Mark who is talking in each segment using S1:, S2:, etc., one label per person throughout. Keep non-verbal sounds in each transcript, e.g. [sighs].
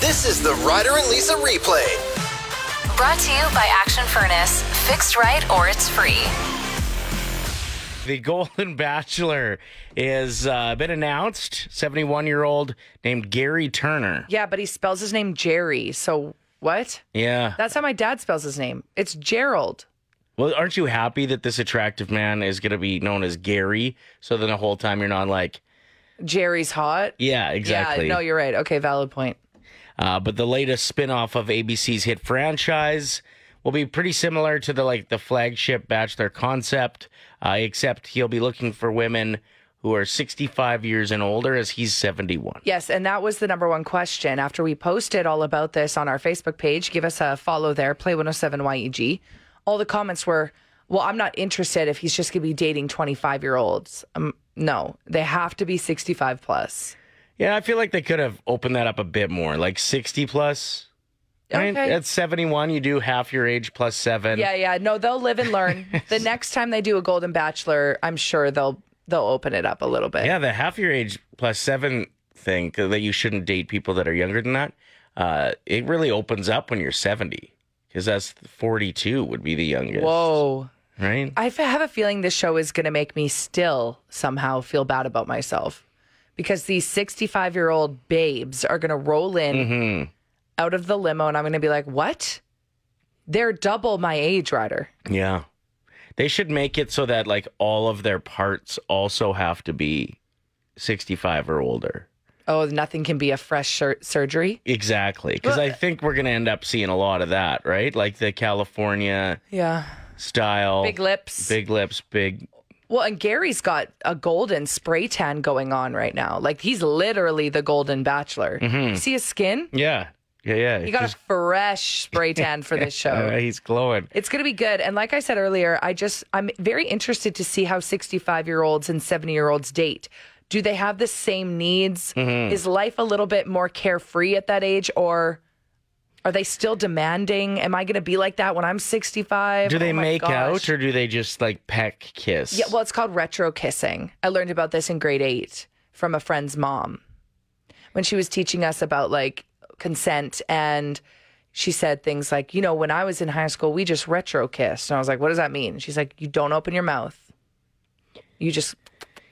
S1: This is the Ryder and Lisa replay.
S2: Brought to you by Action Furnace. Fixed right or it's free.
S3: The Golden [laughs] Bachelor is uh, been announced. Seventy-one-year-old named Gary Turner.
S4: Yeah, but he spells his name Jerry. So what?
S3: Yeah.
S4: That's how my dad spells his name. It's Gerald.
S3: Well, aren't you happy that this attractive man is going to be known as Gary? So then the whole time you're not like,
S4: Jerry's hot.
S3: yeah, exactly.
S4: Yeah, no, you're right. Okay, valid point.
S3: uh, but the latest spin-off of ABC's hit franchise will be pretty similar to the like the flagship Bachelor concept, uh, except he'll be looking for women who are 65 years and older, as he's 71.
S4: Yes, and that was the number one question after we posted all about this on our Facebook page. Give us a follow there, Play 107 YEG. E All the comments were, well, I'm not interested if he's just going to be dating 25 year olds. Um, no, they have to be 65 plus.
S3: Yeah, I feel like they could have opened that up a bit more, like 60 plus. I mean,
S4: Okay.
S3: at 71, you do half your age plus seven.
S4: yeah, yeah. No, they'll live and
S3: [laughs]
S4: learn. the next time they do a Golden Bachelor, I'm sure they'll they'll open it up a little bit.
S3: Yeah, the half your age plus seven thing 'cause that you shouldn't date people that are younger than that. Uh, it really opens up when you're 70 because that's 42 would be the youngest.
S4: Whoa.
S3: Right?
S4: I f- have a feeling this show is going to make me still somehow feel bad about myself because these 65 year old babes are going to roll in
S3: Mm-hmm.
S4: out of the limo and I'm going to be like, what? They're double my age, Ryder.
S3: Yeah. They should make it so that like all of their parts also have to be 65 or older.
S4: Oh, nothing can be a fresh shir- surgery.
S3: Exactly. Because I think we're going to end up seeing a lot of that, right? Like the California
S4: Yeah.
S3: style.
S4: Big lips.
S3: Big lips, big.
S4: Well, and Gary's got a golden spray tan going on right now. Like he's literally the golden bachelor. You see his skin?
S3: Yeah. Yeah, yeah.
S4: He got a fresh spray tan for this show.
S3: Uh, he's glowing.
S4: It's going to be good. And like I said earlier, I just, I'm very interested to see how 65 year olds and 70 year olds date. Do they have the same needs?
S3: Mm-hmm.
S4: Is life a little bit more carefree at that age or are they still demanding? Am I going to be like that when I'm 65?
S3: Do
S4: Oh
S3: they
S4: my
S3: make
S4: gosh.
S3: out or do they just like peck kiss?
S4: Yeah, well, it's called retro kissing. I learned about this in grade eight from a friend's mom when she was teaching us about like consent. And she said things like, you know, when I was in high school, we just retro kissed. And I was like, what does that mean? She's like, you don't open your mouth. You just,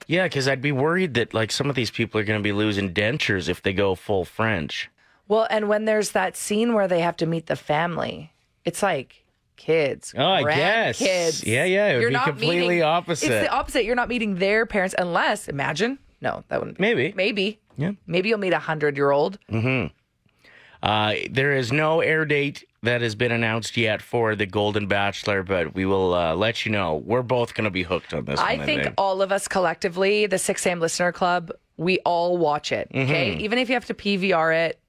S3: yeah, because I'd be worried that like some of these people are going to be losing dentures if they go full French.
S4: well, and when there's that scene where they have to meet the family, it's like, Kids,
S3: Oh, I guess.
S4: kids.
S3: Yeah, yeah, it would
S4: You're
S3: be
S4: not
S3: completely
S4: meeting-
S3: opposite.
S4: It's the opposite. You're not meeting their parents unless, imagine, no, that wouldn't. Be,
S3: Maybe.
S4: maybe,
S3: Yeah.
S4: maybe you'll meet a hundred year old.
S3: Uh, there is no air date that has been announced yet for The Golden Bachelor, but we will uh, let you know. We're both going to be hooked on this
S4: I
S3: one,
S4: think
S3: think.
S4: all of us collectively, the 6 a.m. listener club, we all watch it.
S3: Mm-hmm.
S4: Okay. Even if you have to PVR it,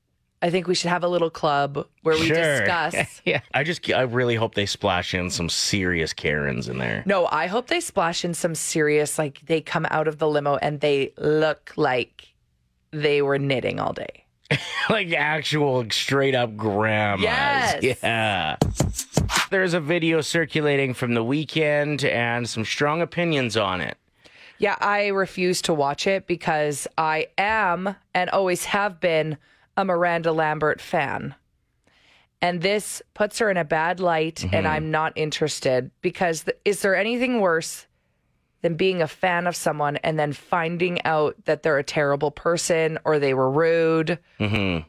S4: I think we should have a little club where we
S3: Sure.
S4: discuss.
S3: [laughs] yeah. I just, I really hope they splash in some serious Karens in there.
S4: No, I hope they splash in some serious, like they come out of the limo and they look like they were knitting all day.
S3: [laughs] like actual straight up grandmas.
S4: Yes.
S3: Yeah. There's a video circulating from the weekend and some strong opinions on it.
S4: Yeah, I refuse to watch it because I am and always have been a Miranda Lambert fan. And this puts her in a bad light, and I'm not interested because th- is there anything worse than being a fan of someone and then finding out that they're a terrible person or they were rude? I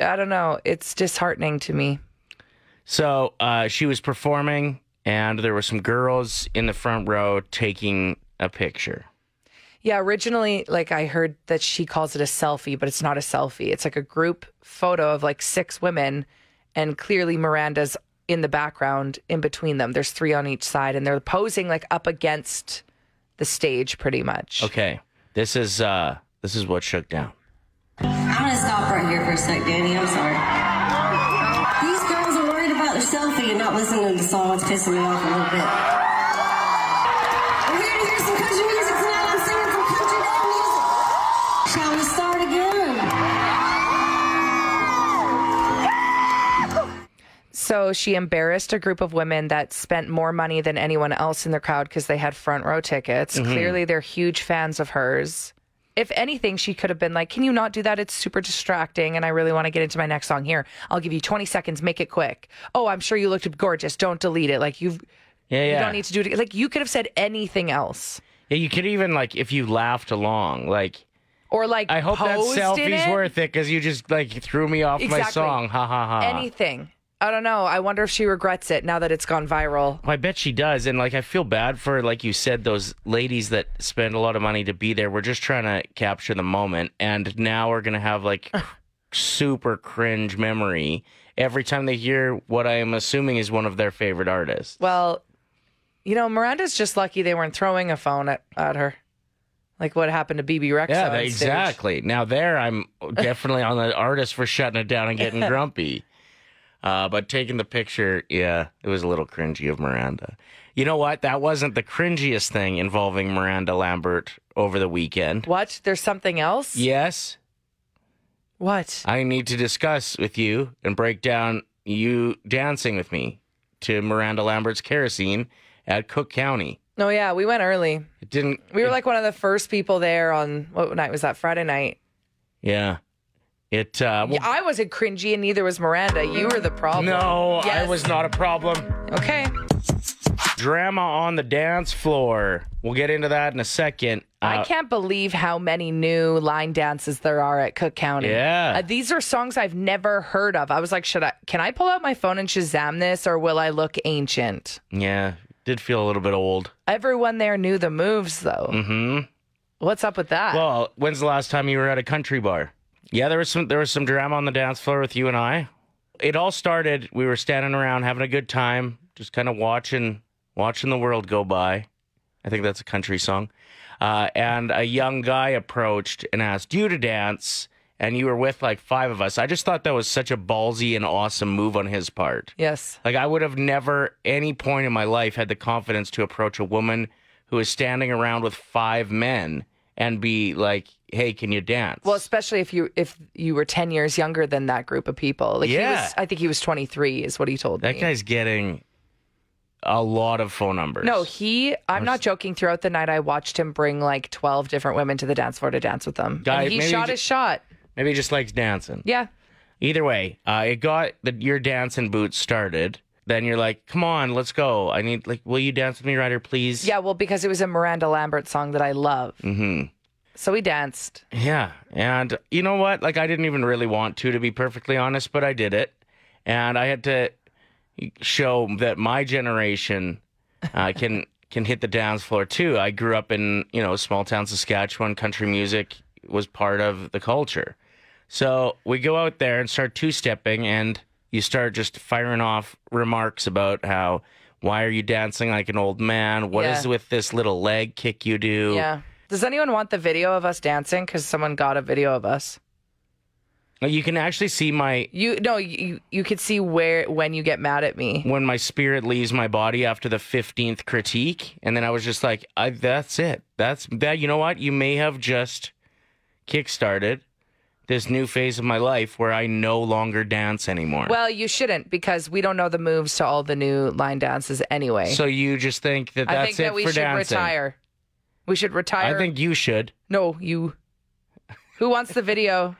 S4: don't know. It's disheartening to me.
S3: So uh, she was performing, and there were some girls in the front row taking a picture.
S4: Yeah, originally, like I heard that she calls it a selfie, but it's not a selfie. It's like a group photo of like six women, and clearly Miranda's in the background in between them. There's three on each side, and they're posing like up against the stage pretty much.
S3: Okay, this is uh, this is what shook down.
S5: I'm gonna stop right here for a sec, Danny. I'm sorry. These girls are worried about their selfie and not listening to the song. It's pissing me off a little bit. We're here to hear some country music tonight. I'm singing some country love music. Shall we start again?
S4: So she embarrassed a group of women that spent more money than
S3: Mm-hmm.
S4: anyone else in the crowd because they had front row tickets. Clearly, they're huge fans of hers. if anything, she could have been like, Can you not do that? It's super distracting. And I really want to get into my next song here. I'll give you 20 seconds. Make it quick. Oh, I'm sure you looked gorgeous. Don't delete it. Like, you've,
S3: Yeah, yeah.
S4: you don't need to do it. Like, you could have said anything else.
S3: yeah, you could even like if you laughed along, like
S4: Or, like,
S3: I hope that
S4: posed in
S3: selfie's
S4: it.
S3: worth it because you just like threw me off my
S4: Exactly.
S3: song. Ha ha ha.
S4: anything. I don't know. I wonder if she regrets it now that it's gone viral.
S3: I bet she does, and like I feel bad for like you said those ladies that spend a lot of money to be there. We're just trying to capture the moment, and now we're gonna have like super cringe memory every time they hear what I am assuming is one of their favorite artists.
S4: Well, you know, Miranda's just lucky they weren't throwing a phone at, at her. Like what happened to BB Rex?
S3: Yeah,
S4: on
S3: that-
S4: stage.
S3: exactly. Now there, I'm definitely on the artist for shutting it down and
S4: [laughs]
S3: getting grumpy. Uh, but taking the picture, yeah, it was a little cringy of Miranda. You know what? That wasn't the cringiest thing involving Miranda Lambert over the weekend.
S4: What? There's something else?
S3: Yes,
S4: What?
S3: I need to discuss with you and break down you dancing with me to Miranda Lambert's kerosene at Cook County.
S4: No, yeah, we went early.
S3: It didn't.
S4: We were
S3: it-
S4: like one of the first people there on what night was that? Friday night.
S3: yeah. It. Uh, well,
S4: Yeah, I wasn't cringy, and neither was Miranda. You were the problem.
S3: no,
S4: Yes.
S3: I was not a problem.
S4: Okay.
S3: Drama on the dance floor. We'll get into that in a second.
S4: I
S3: Uh,
S4: can't believe how many new line dances there are at Cook County.
S3: Yeah.
S4: Uh, these are songs I've never heard of. I was like, should I can I pull out my phone and Shazam this or will I look ancient?
S3: yeah, did feel a little bit old.
S4: Everyone there knew the moves though. Mm-hmm. What's up with that?
S3: Well, when's the last time you were at a country bar? Yeah, there was some there was some drama on the dance floor with you and I. It all started. We were standing around having a good time, just kind of watching watching the world go by. I think that's a country song. Uh, and a young guy approached and asked you to dance, and you were with like five of us. I just thought that was such a ballsy and awesome move on his part.
S4: yes.
S3: Like I would have never any point in my life had the confidence to approach a woman who is standing around with five men and be like, "Hey, can you dance?"
S4: Well, especially if you if you were ten years younger than that group of people. Like he
S3: Yeah.
S4: was I think he was twenty three is what he told
S3: that
S4: me.
S3: guy's getting a lot of phone numbers.
S4: no, he. I'm not joking. Throughout the night, I watched him bring like 12 different women to the dance floor to dance with them.
S3: Guy-
S4: and he
S3: maybe
S4: shot
S3: he
S4: his shot.
S3: maybe he just likes dancing.
S4: Yeah.
S3: Either way, uh, it got the, your dancing boots started. Then you're like, "Come on, let's go. I need like, will you dance with me, Ryder, please?"
S4: Yeah, well, because it was a Miranda Lambert song that I love. Mm-hmm. So we danced.
S3: Yeah. And you know what? Like, I didn't even really want to, to be perfectly honest, but I did it. And I had to show that my generation uh, [laughs] can can hit the dance floor too. I grew up in, you know, small town Saskatchewan. Country music was part of the culture. So we go out there and start two stepping, and you start just firing off remarks about how, why are you dancing like an old man? What is
S4: Yeah.
S3: with this little leg kick you do?
S4: Yeah. Does anyone want the video of us dancing? Because someone got a video of us.
S3: You can actually see my
S4: You no, you you could see where when you get mad at me.
S3: when my spirit leaves my body after the 15th critique and then i was just like I, that's it that's that you know what you may have just kickstarted this new phase of my life where i no longer dance anymore
S4: Well, you shouldn't because we don't know the moves to all the new line dances anyway.
S3: so you just think that that's
S4: I think
S3: it
S4: that we
S3: for
S4: should
S3: dancing
S4: retire. We should retire.
S3: i think you should
S4: no, you. Who wants the video?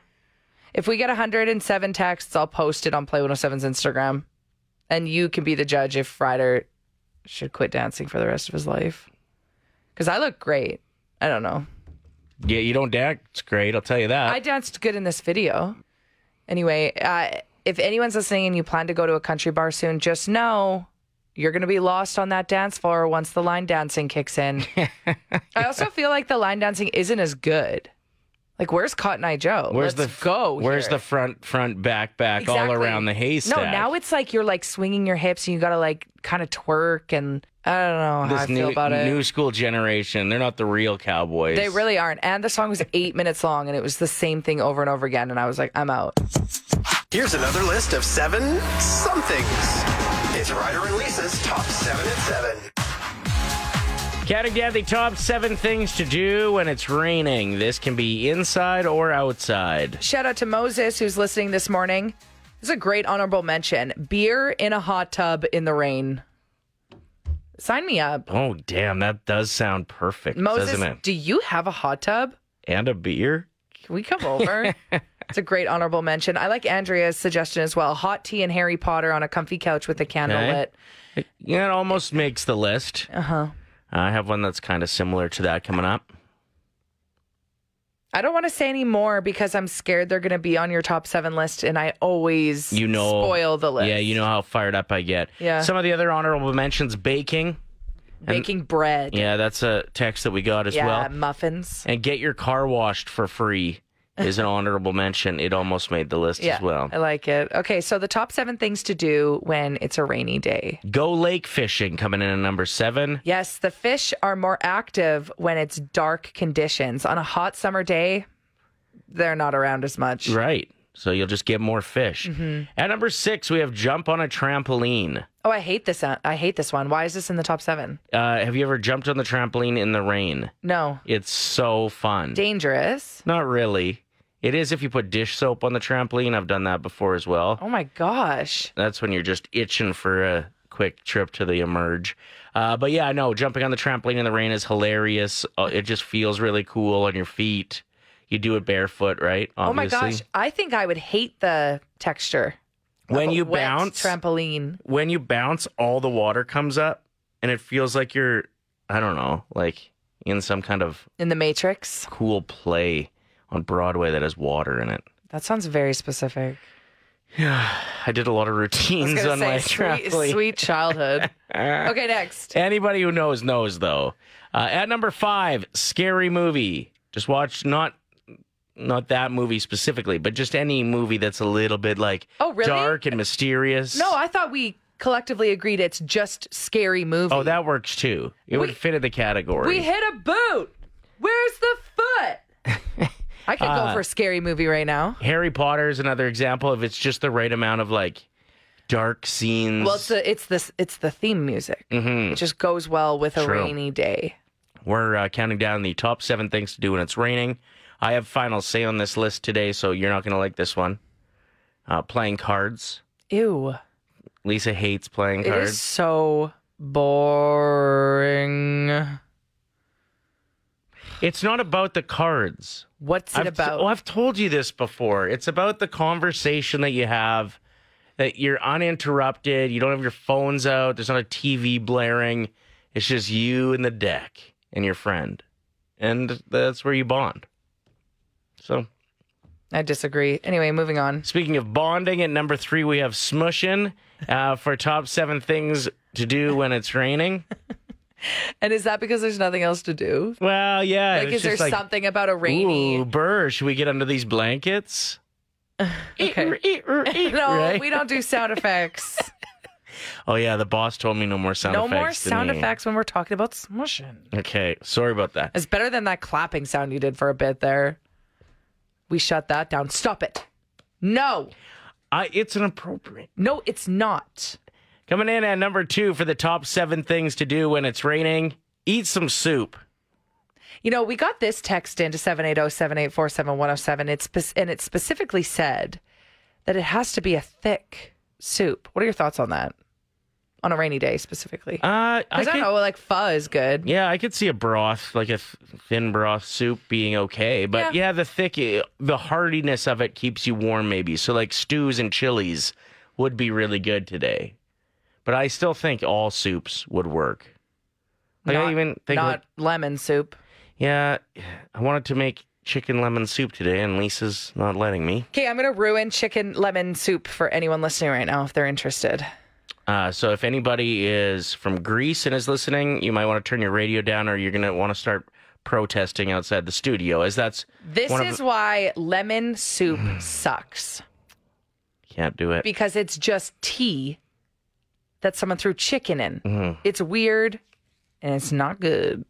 S4: If we get 107 texts, I'll post it on Play 107's Instagram, and you can be the judge if Ryder should quit dancing for the rest of his life. Because I look great. I don't know.
S3: yeah you don't dance great i'll tell you that
S4: I danced good in this video. Anyway, uh, if anyone's listening and you plan to go to a country bar soon, just know you're going to be lost on that dance floor once the line dancing kicks
S3: [laughs]
S4: in. I also feel like the line dancing isn't as good. Like, where's Cotton Eye Joe?
S3: where's
S4: Let's
S3: the
S4: go?
S3: where's
S4: here.
S3: the front front back back all
S4: Exactly.
S3: around the haystack
S4: No, now it's like you're like swinging your hips and you got to like kind of twerk and I don't know how
S3: this
S4: I
S3: new,
S4: feel about it.
S3: new school generation they're not the real cowboys
S4: They really aren't. And the song was eight minutes long and it was the same thing over and over again. And I was like, I'm out.
S1: Here's another list of seven somethings. It's Ryder and Lisa's top seven at seven.
S3: Cat and Dad, the top seven things to do when it's raining. This can be inside or outside.
S4: Shout out to Moses who's listening this morning. This is a great honorable mention. Beer in a hot tub in the rain. Sign me up.
S3: Oh, damn, that does sound perfect,
S4: Moses,
S3: doesn't it?
S4: do you have a hot tub?
S3: and a beer.
S4: Can we come over?
S3: [laughs]
S4: it's a great honorable mention. I like Andrea's suggestion as well. Hot tea and Harry Potter on a comfy couch with a candle
S3: Okay.
S4: lit.
S3: Yeah, it almost makes the list. Uh-huh. I have one that's kind of similar to that coming up.
S4: I don't want to say any more because I'm scared they're going to be on your top seven list, and I always
S3: You know,
S4: spoil the list.
S3: Yeah, you know how fired up I get.
S4: Yeah.
S3: Some of the other honorable mentions: baking.
S4: baking bread,
S3: Yeah, that's a text that we got as
S4: Yeah,
S3: well.
S4: muffins.
S3: And get your car washed for free is an honorable mention. It almost made the list
S4: Yeah,
S3: as well.
S4: I like it. Okay, so the top seven things to do when it's a rainy day.
S3: Go lake fishing coming in at number seven.
S4: Yes, the fish are more active when it's dark conditions. On a hot summer day, they're not around as much.
S3: Right. So you'll just get more fish.
S4: Mm-hmm.
S3: At number six, we have jump on a trampoline.
S4: Oh, I hate this. uh, I hate this one. Why is this in the top seven?
S3: Uh, have you ever jumped on the trampoline in the rain?
S4: No,
S3: It's so fun.
S4: dangerous.
S3: Not really. It is if you put dish soap on the trampoline. I've done that before as well.
S4: Oh my gosh.
S3: That's when you're just itching for a quick trip to the emerge. Uh, but yeah, no, jumping on the trampoline in the rain is hilarious. Uh, It just feels really cool on your feet. You do it barefoot, right?
S4: Oh my
S3: Obviously.
S4: gosh. I think I would hate the texture. of
S3: When
S4: a
S3: you
S4: wet
S3: bounce,
S4: trampoline.
S3: when you bounce, all the water comes up, and it feels like you're, I don't know, like in some kind of
S4: In the Matrix.
S3: cool play on Broadway that has water in it.
S4: That sounds very specific.
S3: I did a lot of
S4: I was
S3: routines on
S4: gonna
S3: my
S4: say,
S3: trampoline.
S4: sweet, sweet
S3: [laughs]
S4: childhood. okay, next.
S3: Anybody who knows knows, though. Uh, at number five, scary movie. Just watch not not that movie specifically, but just any movie that's a little bit like
S4: Oh, really?
S3: dark and mysterious.
S4: No, I thought we collectively agreed it's just scary movie.
S3: oh, that works too. It would fit in the category.
S4: we hit a boot. Where's the
S3: [laughs]
S4: foot? I could
S3: Uh,
S4: go for a scary movie right now.
S3: Harry Potter is another example of it's just the right amount of like dark scenes.
S4: Well, it's the it's this it's the theme music. It just goes well with a
S3: Mm-hmm. True.
S4: rainy day.
S3: We're uh, counting down the top seven things to do when it's raining. I have final say on this list today, so you're not going to like this one. Uh, playing cards.
S4: Ew.
S3: Lisa hates playing
S4: It
S3: cards.
S4: is so boring.
S3: It's not about the cards.
S4: What's it
S3: I've
S4: about?
S3: oh, I've told you this before. It's about the conversation that you have, that you're uninterrupted. You don't have your phones out. There's not a TV blaring. It's just you and the deck and your friend, and that's where you bond. So,
S4: I disagree. Anyway, moving on.
S3: speaking of bonding, at number three we have smushing uh, for top seven things to do when it's raining.
S4: And is that because there's nothing else to do?
S3: Well, yeah.
S4: Like,
S3: it's
S4: is there
S3: just like,
S4: something about a rainy?
S3: Ooh, burr, should we get under these blankets?
S4: [laughs] Okay.
S3: no,
S4: [laughs] [laughs] no, we don't
S3: [laughs]
S4: do sound effects.
S3: Oh yeah, the boss told me no more sound
S4: no
S3: effects.
S4: more
S3: to
S4: sound
S3: me.
S4: effects when we're talking about smushing.
S3: Okay, sorry about that.
S4: It's better than that clapping sound you did for a bit there. We shut that down. Stop it. No,
S3: I, it's inappropriate.
S4: no, it's not.
S3: Coming in at number two for the top seven things to do when it's raining: eat some soup.
S4: You know, we got this text into oh, 780-784-7107. It's spec- and it specifically said that it has to be a thick soup. What are your thoughts on that? On a rainy day specifically.
S3: Uh, I,
S4: Cuz I,
S3: could-
S4: know like pho is good.
S3: Yeah, I could see a broth, like a th- thin broth soup, being okay. But
S4: Yeah.
S3: yeah, the thick, eh, the hardiness of it keeps you warm, maybe. So like stews and chilies would be really good today. But I still think all soups would work. Like
S4: not
S3: I even think like-
S4: not lemon soup.
S3: Yeah, I wanted to make chicken lemon soup today, and Lisa's not letting me.
S4: Okay, I'm going to ruin chicken lemon soup for anyone listening right now if they're interested.
S3: Uh, so if anybody is from Greece and is listening, you might want to turn your radio down, or you're gonna want to start protesting outside the studio, as that's
S4: This
S3: one of
S4: is
S3: the- Mm-hmm.
S4: why lemon soup sucks
S3: can't do it.
S4: because it's just tea that someone threw chicken in.
S3: Mm-hmm.
S4: It's weird and it's not good.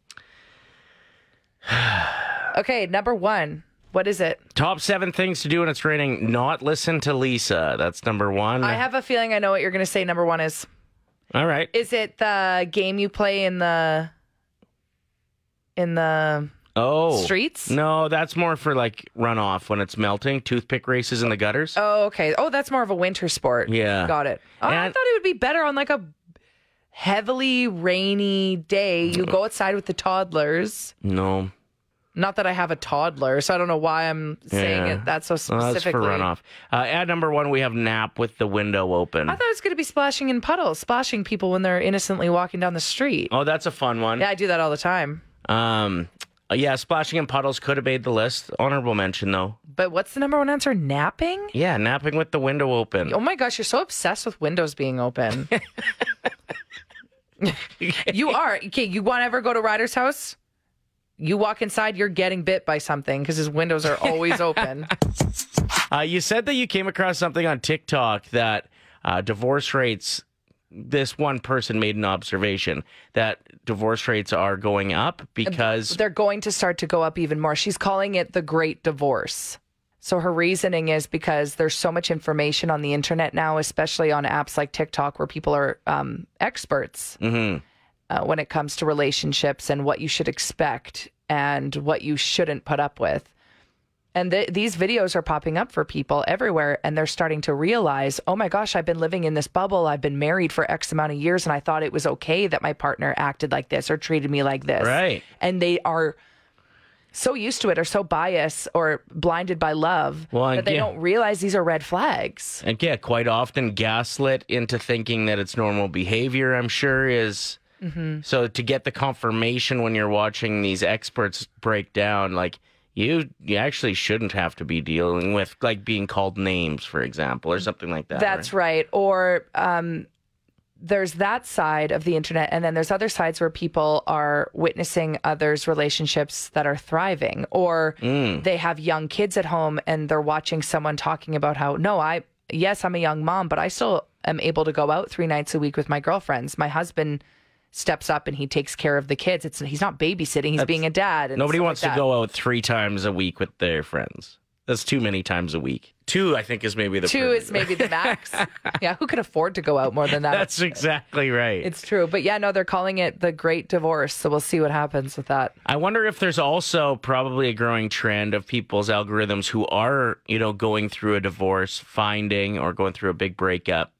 S4: [sighs] okay, number one. What is it?
S3: Top seven things to do when it's raining: not listen to Lisa. That's number one.
S4: I have a feeling I know what you're going to say. Number one is
S3: All right.
S4: is it the game you play in the in the
S3: oh,
S4: streets?
S3: No, that's more for like runoff when it's melting. Toothpick races in the gutters.
S4: Oh, okay. Oh, that's more of a winter sport.
S3: Yeah.
S4: Got it. Oh, I
S3: And-
S4: thought it would be better on like a heavily rainy day. You go outside with the toddlers.
S3: No. Uh,
S4: Not that I have a toddler, so I don't know why I'm saying
S3: Yeah.
S4: it that so
S3: Well, that's for
S4: specifically.
S3: runoff. Uh, at number one, we have nap with the window open.
S4: I thought it was going to be splashing in puddles, splashing people when they're innocently walking down the street.
S3: oh, that's a fun one.
S4: Yeah, I do that all the time.
S3: Um, yeah, splashing in puddles could have made the list. Honorable mention though.
S4: But what's the number one answer? Napping?
S3: Yeah, napping with the window open.
S4: Oh my gosh, you're so obsessed with windows being open. you are. Okay, you want to ever go to Ryder's house? You walk inside, you're getting bit by something because his windows are always open.
S3: Uh, you said that you came across something on TikTok that uh, divorce rates. This one person made an observation that divorce rates are going up because
S4: They're going to start to go up even more. She's calling it the great divorce. So her reasoning is because there's so much information on the internet now, especially on apps like TikTok, where people are um, experts
S3: mm-hmm.
S4: uh, when it comes to relationships and what you should expect and what you shouldn't put up with. And th- these videos are popping up for people everywhere, and they're starting to realize, oh my gosh, I've been living in this bubble. I've been married for X amount of years, and I thought it was okay that my partner acted like this or treated me like this.
S3: Right.
S4: And they are so used to it or so biased or blinded by love
S3: Well,
S4: that they
S3: yeah.
S4: don't realize these are red flags.
S3: and yeah, quite often gaslit into thinking that it's normal behavior. I'm sure is
S4: Mm-hmm.
S3: so to get the confirmation when you're watching these experts break down, like you you actually shouldn't have to be dealing with like being called names, for example, or something like that.
S4: That's right. Or um, there's that side of the internet, and then there's other sides where people are witnessing others' relationships that are thriving, or
S3: Mm.
S4: they have young kids at home and they're watching someone talking about how, no, I, yes, I'm a young mom, but I still am able to go out three nights a week with my girlfriends. My husband steps up and he takes care of the kids. It's he's not babysitting; he's being a dad. And
S3: Nobody
S4: stuff
S3: wants to
S4: like that.
S3: go out three times a week with their friends. That's too many times a week. Two, I think, is maybe the
S4: Two
S3: [laughs]
S4: is maybe the max. yeah, who can afford to go out more than that?
S3: That's exactly right.
S4: It's true. But yeah, no, they're calling it the great divorce. So we'll see what happens with that.
S3: I wonder if there's also probably a growing trend of people's algorithms who are, you know, going through a divorce, finding or going through a big breakup,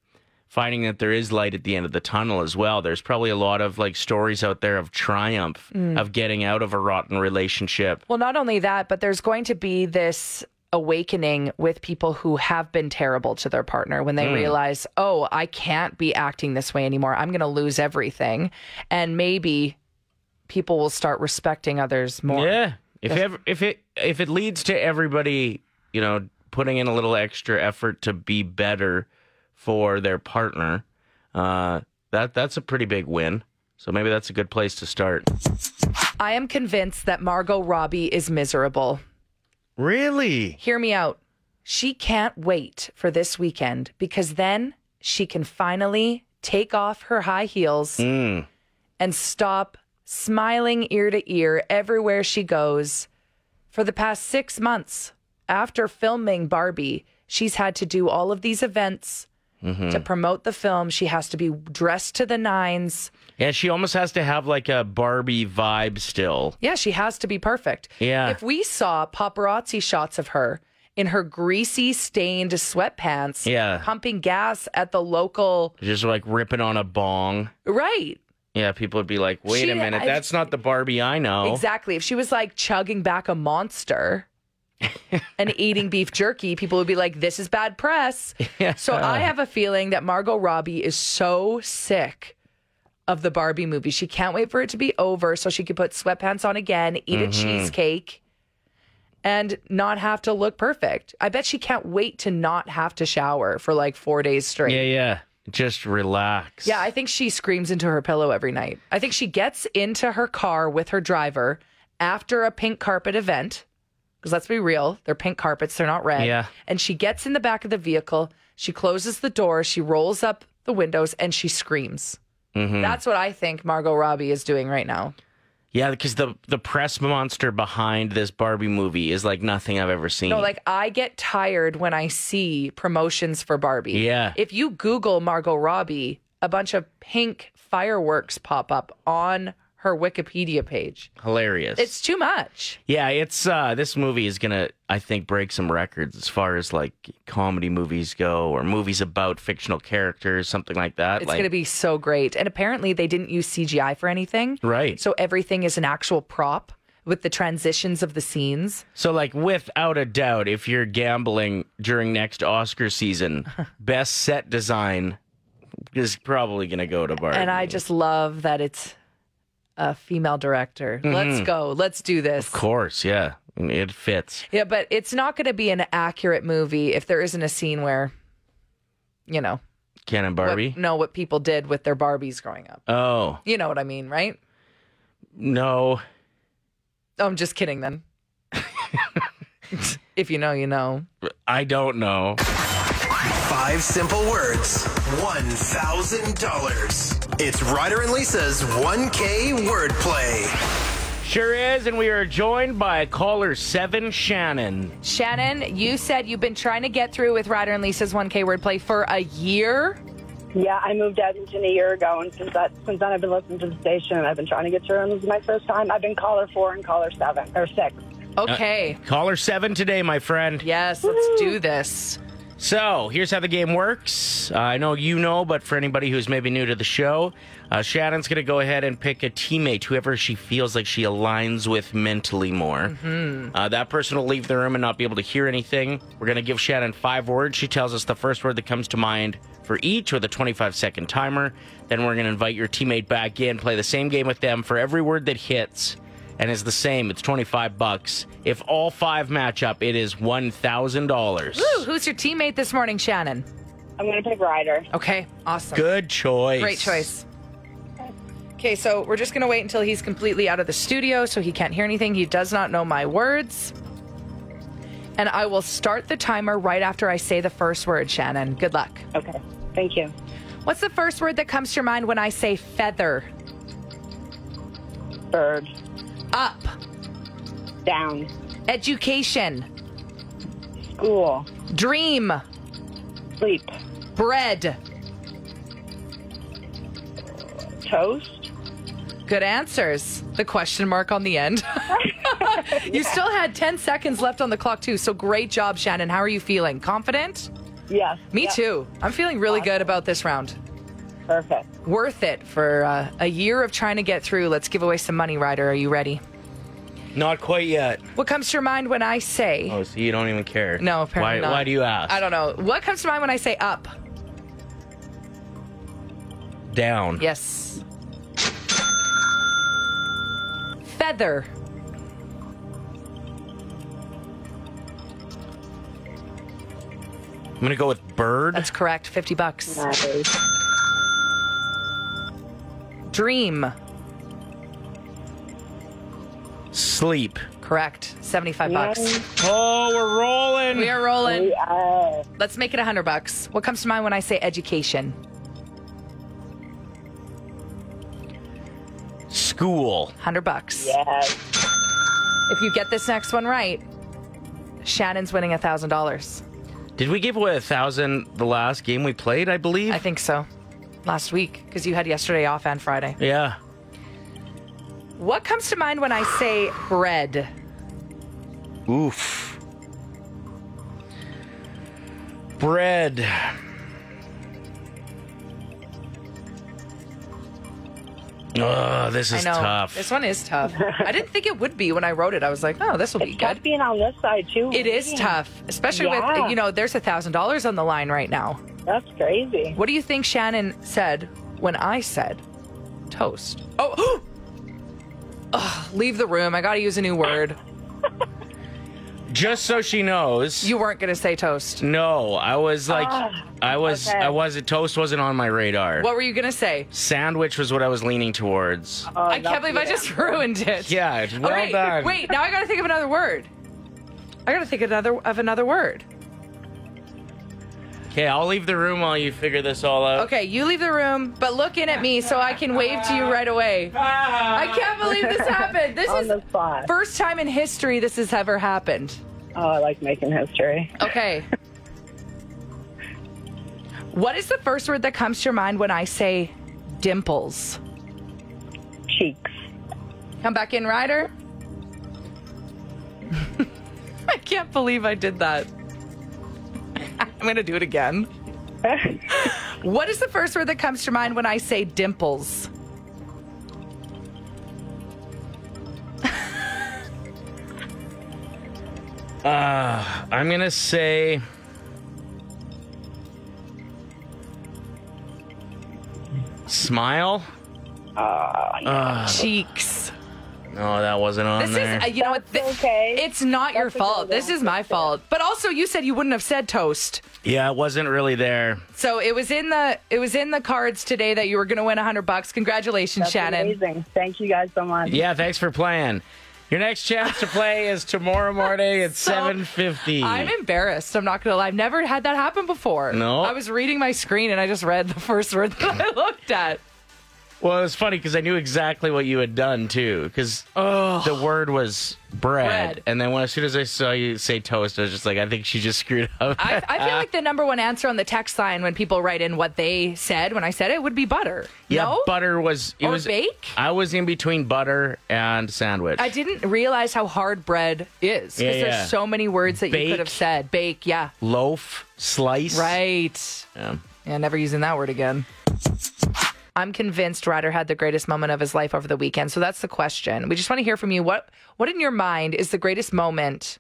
S3: finding that there is light at the end of the tunnel as well. There's probably a lot of like stories out there of triumph of getting out of a rotten relationship.
S4: Well, not only that, but there's going to be this awakening with people who have been terrible to their partner when they realize, oh, I can't be acting this way anymore. I'm going to lose everything. And maybe people will start respecting others more.
S3: Yeah. If ever, if it if it leads to everybody, you know, putting in a little extra effort to be better for their partner, uh, that that's a pretty big win. So maybe that's a good place to start.
S4: I am convinced that Margot Robbie is miserable.
S3: Really?
S4: Hear me out. She can't wait for this weekend because then she can finally take off her high heels
S3: Mm.
S4: and stop smiling ear to ear everywhere she goes. For the past six months, after filming Barbie, she's had to do all of these events
S3: Mm-hmm.
S4: to promote the film. She has to be dressed to the nines.
S3: Yeah, she almost has to have like a Barbie vibe still.
S4: Yeah, she has to be perfect.
S3: Yeah.
S4: If we saw paparazzi shots of her in her greasy, stained sweatpants,
S3: Yeah.
S4: pumping gas at the local,
S3: Just like ripping on a bong.
S4: right?
S3: Yeah, people would be like, "Wait
S4: She-
S3: a minute,
S4: I-
S3: that's not the Barbie I know."
S4: Exactly. If she was like chugging back a monster and eating beef jerky, people would be like, this is bad press. So I have a feeling that Margot Robbie is so sick of the Barbie movie. She can't wait for it to be over so she could put sweatpants on again, eat a cheesecake, and not have to look perfect. I bet she can't wait to not have to shower for like four days straight.
S3: Yeah, yeah. Just relax.
S4: Yeah, I think she screams into her pillow every night. I think she gets into her car with her driver after a pink carpet event. Because let's be real, they're pink carpets, they're not red.
S3: Yeah.
S4: And she gets in the back of the vehicle, she closes the door, she rolls up the windows, and she screams.
S3: Mm-hmm.
S4: That's what I think Margot Robbie is doing right now.
S3: Yeah, because the the press monster behind this Barbie movie is like nothing I've ever seen.
S4: No, like I get tired when I see promotions for Barbie.
S3: Yeah.
S4: If you Google Margot Robbie, a bunch of pink fireworks pop up on her Wikipedia page.
S3: hilarious.
S4: It's too much.
S3: yeah, it's uh this movie is gonna I think break some records as far as like comedy movies go or movies about fictional characters, something like that.
S4: It's
S3: like,
S4: going to be so great. And apparently, they didn't use CGI for anything.
S3: Right.
S4: So everything is an actual prop, with the transitions of the scenes.
S3: So, like, without a doubt, if you're gambling during next Oscar
S4: [laughs]
S3: season, best set design is probably going to go to Barbie.
S4: And I just love that it's a female director. Let's go. Let's do this.
S3: Mm-hmm. of course, yeah, it fits.
S4: Yeah, but it's not going to be an accurate movie if there isn't a scene where, you know,
S3: Ken and
S4: what-
S3: Barbie.
S4: no, what people did with their Barbies growing up.
S3: Oh
S4: You know what I mean, right?
S3: no,
S4: Oh, I'm just
S3: [laughs]
S4: kidding then. [laughs] if you know, you know.
S3: I don't know.
S1: Five simple words, $1,000. It's Ryder and Lisa's 1K wordplay.
S3: Sure is, and we are joined by caller seven, Shannon.
S4: Shannon, you said you've been trying to get through with Ryder and Lisa's 1K wordplay for a year.
S6: Yeah, I moved out in a year ago, and since that since then I've been listening to the station. I've been trying to get through, and this is my first time. I've been caller four and caller seven or six.
S4: Okay.
S3: Caller seven today, my friend.
S4: yes, let's do this.
S3: So here's how the game works. Uh, I know you know, but for anybody who's maybe new to the show, uh, Shannon's going to go ahead and pick a teammate, whoever she feels like she aligns with mentally more. Uh, that person will leave the room and not be able to hear anything. We're going to give Shannon five words. She tells us the first word that comes to mind for each with a 25 second timer. Then we're going to invite your teammate back in, play the same game with them for every word that hits and is the same. It's 25 bucks. If all five match up, it is $1,000.
S4: Ooh, who's your teammate this morning, Shannon?
S6: I'm going to pick Ryder.
S4: Okay, awesome.
S3: Good choice.
S4: Great choice. Okay, so we're just going to wait until he's completely out of the studio so he can't hear anything. He does not know my words. And I will start the timer right after I say the first word, Shannon. Good luck.
S6: Okay, thank you.
S4: What's the first word that comes to your mind when I say feather?
S6: Bird
S4: Up.
S6: down.
S4: Education.
S6: School
S4: Dream.
S6: sleep
S4: Bread.
S6: toast.
S4: Good answers. The question mark on the end. [laughs] you still had 10 seconds left on the clock, too. So great job, Shannon. How are you feeling? Confident?
S6: Yes.
S4: Me
S6: Yep.
S4: too. I'm feeling really good about this round.
S6: Perfect.
S4: Worth it for uh, a year of trying to get through. Let's give away some money, Ryder. Are you ready?
S3: Not quite yet.
S4: What comes to your mind when I say?
S3: Oh, so you don't even care?
S4: no, apparently
S3: why,
S4: not.
S3: Why do you ask?
S4: I don't know. What comes to mind when I say up?
S3: Down.
S4: Yes. Feather.
S3: I'm gonna go with bird.
S4: That's correct. 50 bucks.
S6: Nice.
S4: Dream.
S3: Sleep.
S4: Correct. 75 bucks.
S3: Oh, we're rolling.
S4: We are rolling.
S6: Yes.
S4: Let's make it 100 bucks. What comes to mind when I say education?
S3: School.
S4: 100 bucks.
S6: Yes.
S4: If you get this next one right, Shannon's winning $1,000.
S3: Did we give away a thousand the last game we played? I believe.
S4: I think so. Last week, because you had yesterday off and Friday.
S3: yeah.
S4: What comes to mind when I say bread?
S3: Oof. Bread. Oh, this
S4: I
S3: is
S4: know.
S3: tough.
S4: This one is tough. I didn't think it would be when I wrote it. I was like, oh, this will be
S6: It's tough
S4: good.
S6: being on this side too.
S4: It is tough, especially
S6: Yeah.
S4: with, you know, there's $1,000 on the line right now.
S6: That's crazy.
S4: What do you think Shannon said when I said toast? Oh, [gasps] Ugh, leave the room. I got to use a new word.
S3: Just so she knows.
S4: You weren't going to say toast.
S3: no, I was like,
S4: Ah,
S3: I was,
S6: okay.
S3: I wasn't. Toast wasn't on my radar.
S4: What were you going to say?
S3: Sandwich was what I was leaning towards.
S6: Oh,
S4: I can't
S6: that's
S4: believe I
S6: good.
S4: just [laughs] ruined it.
S3: Uh, Yeah, well
S4: Oh, wait,
S3: done.
S4: Uh, wait, now I gotta think of another word. I gotta think another of another word.
S3: Okay, I'll leave the room while you figure this all out.
S4: Okay, you leave the room, but look in at me so I can wave to you right away. I can't
S3: [laughs]
S4: believe this happened. This
S6: On
S4: is
S6: the spot.
S4: first time in history this has ever happened.
S6: Oh, I like making history.
S4: Okay. what is the first word that comes to your mind when I say dimples?
S6: Cheeks.
S4: Come back in, Ryder. [laughs] I can't believe I did that. [laughs] I'm going to do it again.
S6: [laughs]
S4: what is the first word that comes to mind when I say dimples?
S3: I'm gonna say. Smile?
S4: Cheeks.
S3: No, that wasn't on
S4: This is,
S3: there.
S4: uh, you know what? Th-
S6: okay.
S4: It's not your
S6: That's a good
S4: fault. This
S6: one.
S4: is my fault. But also, you said you wouldn't have said toast.
S3: yeah, it wasn't really there.
S4: So it was in the it was in the cards today that you were going to win 100 bucks. Congratulations,
S6: That's
S4: Shannon.
S6: Amazing. Thank you guys so much.
S3: Yeah, thanks for playing. Your next chance to play is tomorrow morning at
S4: [laughs] So,
S3: 7.50.
S4: I'm embarrassed. I'm not going to lie. I've never had that happen before.
S3: No.
S4: I was reading my screen and I just read the first word that I looked at.
S3: well, it was funny because I knew exactly what you had done, too, because the word was bread.
S4: Bread.
S3: And then when, as soon as I saw you say toast, I was just like, I think she just screwed up.
S4: I, I feel like the number one answer on the text line when people write in what they said when I said it would be butter.
S3: [laughs] yeah,
S4: no?
S3: butter was... It
S4: Or
S3: was,
S4: bake?
S3: I was in between butter and sandwich.
S4: I didn't realize how hard bread is because
S3: Yeah, yeah.
S4: there's so many words that you
S3: Bake.
S4: could have said. Bake, yeah.
S3: Loaf, slice.
S4: Right.
S3: Yeah.
S4: Yeah, never using that word again. I'm convinced Ryder had the greatest moment of his life over the weekend. So that's the question. We just want to hear from you. What what in your mind is the greatest moment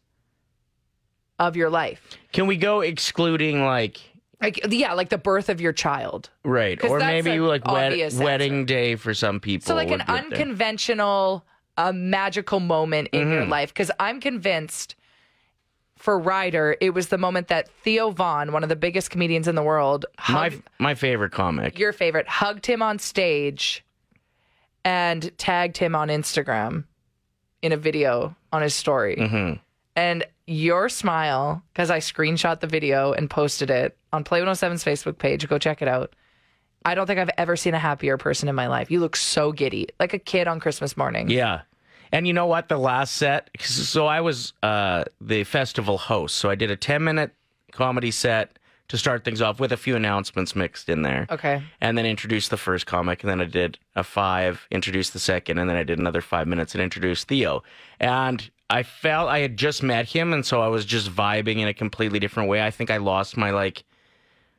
S4: of your life?
S3: Can we go excluding like
S4: Like yeah, like the birth of your child.
S3: right
S4: 'Cause
S3: or
S4: that's
S3: maybe
S4: an
S3: like wed-
S4: obvious
S3: wedding day for some people?
S4: So like
S3: would
S4: an
S3: be up Oh, there.
S4: unconventional, uh, magical moment in
S3: Mm-hmm.
S4: your life. Because I'm convinced for Ryder, it was the moment that Theo Vaughn, one of the biggest comedians in the world,
S3: my
S4: hugged-
S3: my favorite comic.
S4: your favorite, hugged him on stage and tagged him on Instagram in a video on his story.
S3: Mm-hmm.
S4: And your smile, because I screenshot the video and posted it on Play 107's Facebook page. Go check it out. I don't think I've ever seen a happier person in my life. You look so giddy, like a kid on Christmas morning.
S3: Yeah. And you know what? The last set, 'cause- so I was uh, the festival host. So I did a 10 minute comedy set to start things off with a few announcements mixed in there.
S4: Okay.
S3: And then introduced the first comic. And then I did a five, introduced the second. And then I did another five minutes and introduced Theo. And I felt I had just met him. And so I was just vibing in a completely different way. I think I lost my like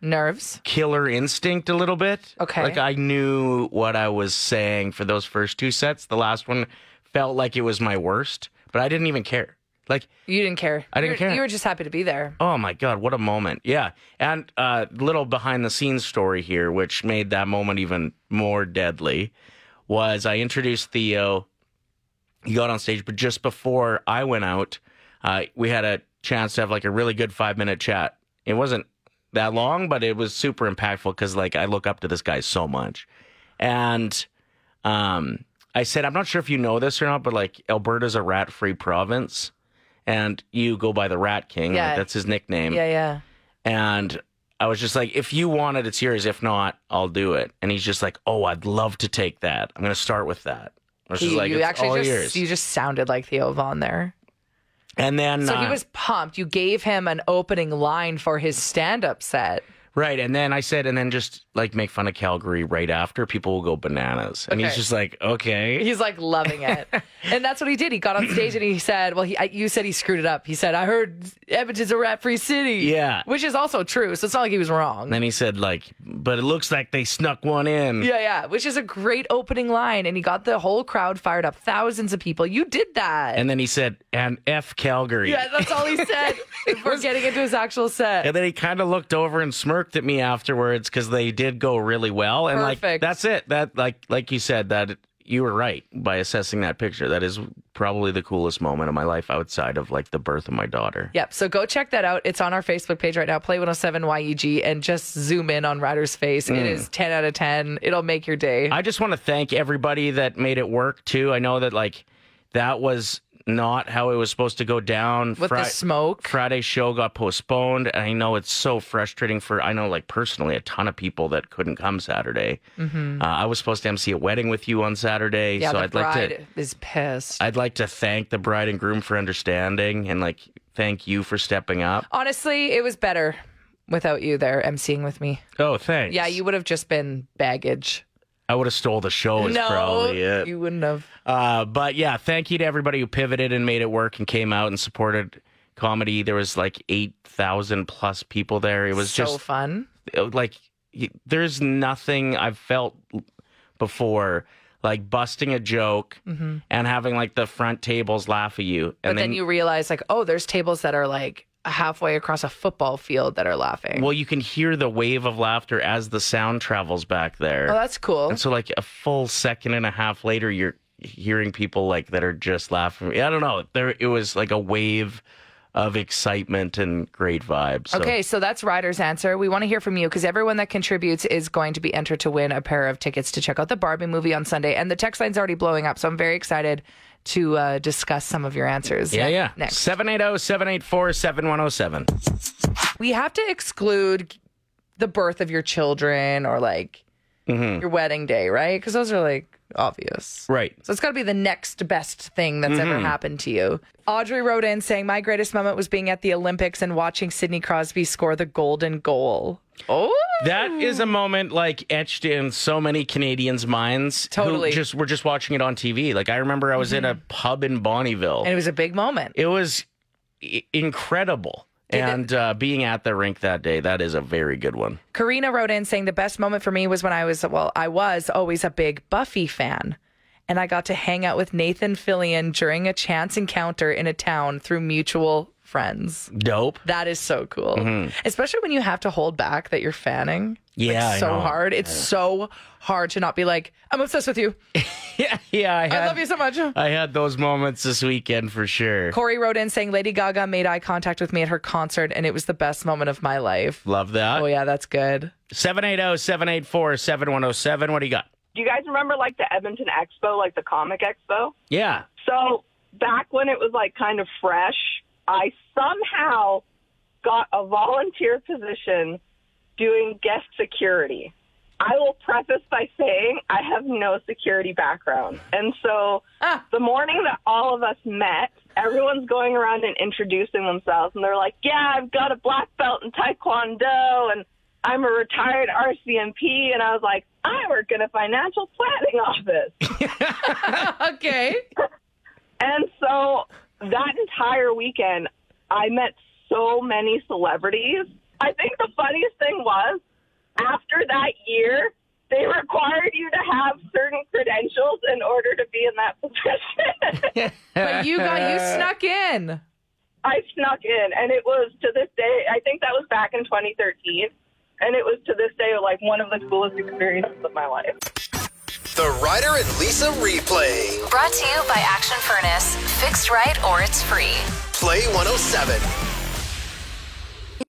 S4: Nerves.
S3: killer instinct a little bit.
S4: Okay.
S3: Like I knew what I was saying for those first two sets. The last one felt like it was my worst, but I didn't even care. Like,
S4: You didn't care.
S3: I didn't
S4: You were-
S3: care.
S4: You were just happy to be there.
S3: oh my God, what a moment. Yeah. And uh, little behind the scenes story here, which made that moment even more deadly, was I introduced Theo. He got on stage, but just before I went out, uh, we had a chance to have like a really good five minute chat. It wasn't that long, but it was super impactful because like I look up to this guy so much. And um, I said, I'm not sure if you know this or not, but like Alberta's a rat free province and you go by the Rat King. like,
S4: Yeah.
S3: that's his nickname.
S4: Yeah, yeah.
S3: And I was just like, if you want it, it's yours. If not, I'll do it. And he's just like, oh, I'd love to take that. I'm going to start with that. I was just
S4: you
S3: like,
S4: you
S3: it's
S4: actually
S3: all
S4: just
S3: yours.
S4: you just sounded like Theo Vaughn there.
S3: and then
S4: So he
S3: uh,
S4: was pumped. You gave him an opening line for his stand up set.
S3: Right. And then I said, and then just like make fun of Calgary right after, people will go bananas. And he's
S4: Okay.
S3: just like, okay.
S4: He's like loving
S3: [laughs]
S4: it. and that's what he did. He got on stage and he said, Well, he, I, you said he screwed it up. He said, I heard Edmonton's a rat free city.
S3: Yeah.
S4: Which is also true. So it's not like he was wrong.
S3: And then he said, like, but it looks like they snuck one in.
S4: yeah, yeah. Which is a great opening line. And he got the whole crowd fired up. Thousands of people. You did that.
S3: And then he said, and F Calgary.
S4: yeah, that's all
S3: [laughs]
S4: he said. We're getting into his actual set.
S3: And then he kind of looked over and smirked at me afterwards because they did go really well. And like
S4: Perfect.
S3: that's it. That like like you said that you were right by assessing that picture. That is probably the coolest moment of my life outside of like the birth of my daughter.
S4: Yep. So go check that out. It's on our Facebook page right now, Play 107 YEG, E and just zoom in on Ryder's face. It is 10 out of 10. It'll make your day.
S3: Mm. I just want to thank everybody that made it work too. I know that like that was not how it was supposed to go down.
S4: With the smoke.
S3: Friday's show got postponed, and I know it's so frustrating for I know like personally a ton of people that couldn't come Saturday. Uh, I was supposed to MC a wedding with you on Saturday,
S4: Mm-hmm. yeah,
S3: so
S4: the
S3: I'd
S4: bride
S3: like to
S4: is pissed.
S3: I'd like to thank the bride and groom for understanding and like thank you for stepping up.
S4: Honestly, it was better without you there emceeing with me.
S3: Oh, thanks.
S4: Yeah, you would have just been baggage.
S3: I would have stole the show. Is
S4: No,
S3: probably it.
S4: you wouldn't have.
S3: Uh, but yeah, thank you to everybody who pivoted and made it work and came out and supported comedy. There was like eight thousand plus people there. It was
S4: so
S3: just
S4: fun.
S3: like y- there's nothing I've felt before like busting a joke and having like the front tables laugh at you. And
S4: Mm-hmm. but then, you realize, like, oh, there's tables that are like halfway across a football field that are laughing.
S3: well, you can hear the wave of laughter as the sound travels back there.
S4: oh, that's cool.
S3: And so, like a full second and a half later, you're hearing people like that are just laughing. I don't know. There, it was like a wave of excitement and great vibes. So
S4: Okay, so that's Ryder's answer. We want to hear from you because everyone that contributes is going to be entered to win a pair of tickets to check out the Barbie movie on Sunday. And the text line's already blowing up, so I'm very excited to uh, discuss some of your answers.
S3: Yeah,
S4: ne-
S3: yeah. oh,
S4: Next,
S3: 780 784 7107.
S4: we have to exclude the birth of your children or like
S3: Mm-hmm.
S4: your wedding day, right? Because those are like obvious.
S3: Right.
S4: So it's got to be the next best thing that's
S3: Mm-hmm.
S4: ever happened to you. Audrey wrote in saying, "My greatest moment was being at the Olympics and watching Sidney Crosby score the golden goal." Oh. [gasps]
S3: That is a moment like etched in so many Canadians' minds. who
S4: Totally. Mm-hmm.
S3: just we're just watching it on TV. Like I remember I was in a pub in Bonneville.
S4: and it was a big moment.
S3: it was I- incredible. and uh, being at the rink that day, that is a very good one.
S4: Karina wrote in saying the best moment for me was when I was well, I was always a big Buffy fan, and I got to hang out with Nathan Fillion during a chance encounter in a town through mutual friends. [laughs]
S3: Dope.
S4: That is so cool, especially when you have to hold back that you're fanning. Like,
S3: Mm-hmm. Yeah, I
S4: so
S3: know.
S4: hard. It's so hard to not be like, I'm obsessed with you.
S3: Yeah, yeah. I, had,
S4: I love you so much.
S3: I had those moments this weekend for sure.
S4: Corey wrote in saying Lady Gaga made eye contact with me at her concert, and it was the best moment of my life.
S3: Love that. oh,
S4: Oh yeah, that's good.
S3: 780 784 7107. What do you got?
S7: Do you guys remember like the Edmonton Expo, like the comic expo?
S3: Yeah.
S7: So back when it was like kind of fresh, I somehow got a volunteer position doing guest security. I will preface by saying I have no security background. And so the morning that all of us met, everyone's going around and introducing themselves. And they're like, Yeah, I've got a black belt in Taekwondo and I'm a retired RCMP. And I was like, I work in a financial planning [laughs] office.
S4: Okay.
S7: And so that entire weekend, I met so many celebrities. I think the funniest thing was after that year, they required you to have certain credentials in order to be in that [laughs] position.
S4: but you got you snuck in.
S7: I snuck in, and it was to this day, I think that was back in 2013. And it was to this day like one of the coolest experiences of my life.
S1: The Ryder and Lisa replay.
S2: Brought to you by Action Furnace. Fixed right or it's free.
S1: oh Play 107.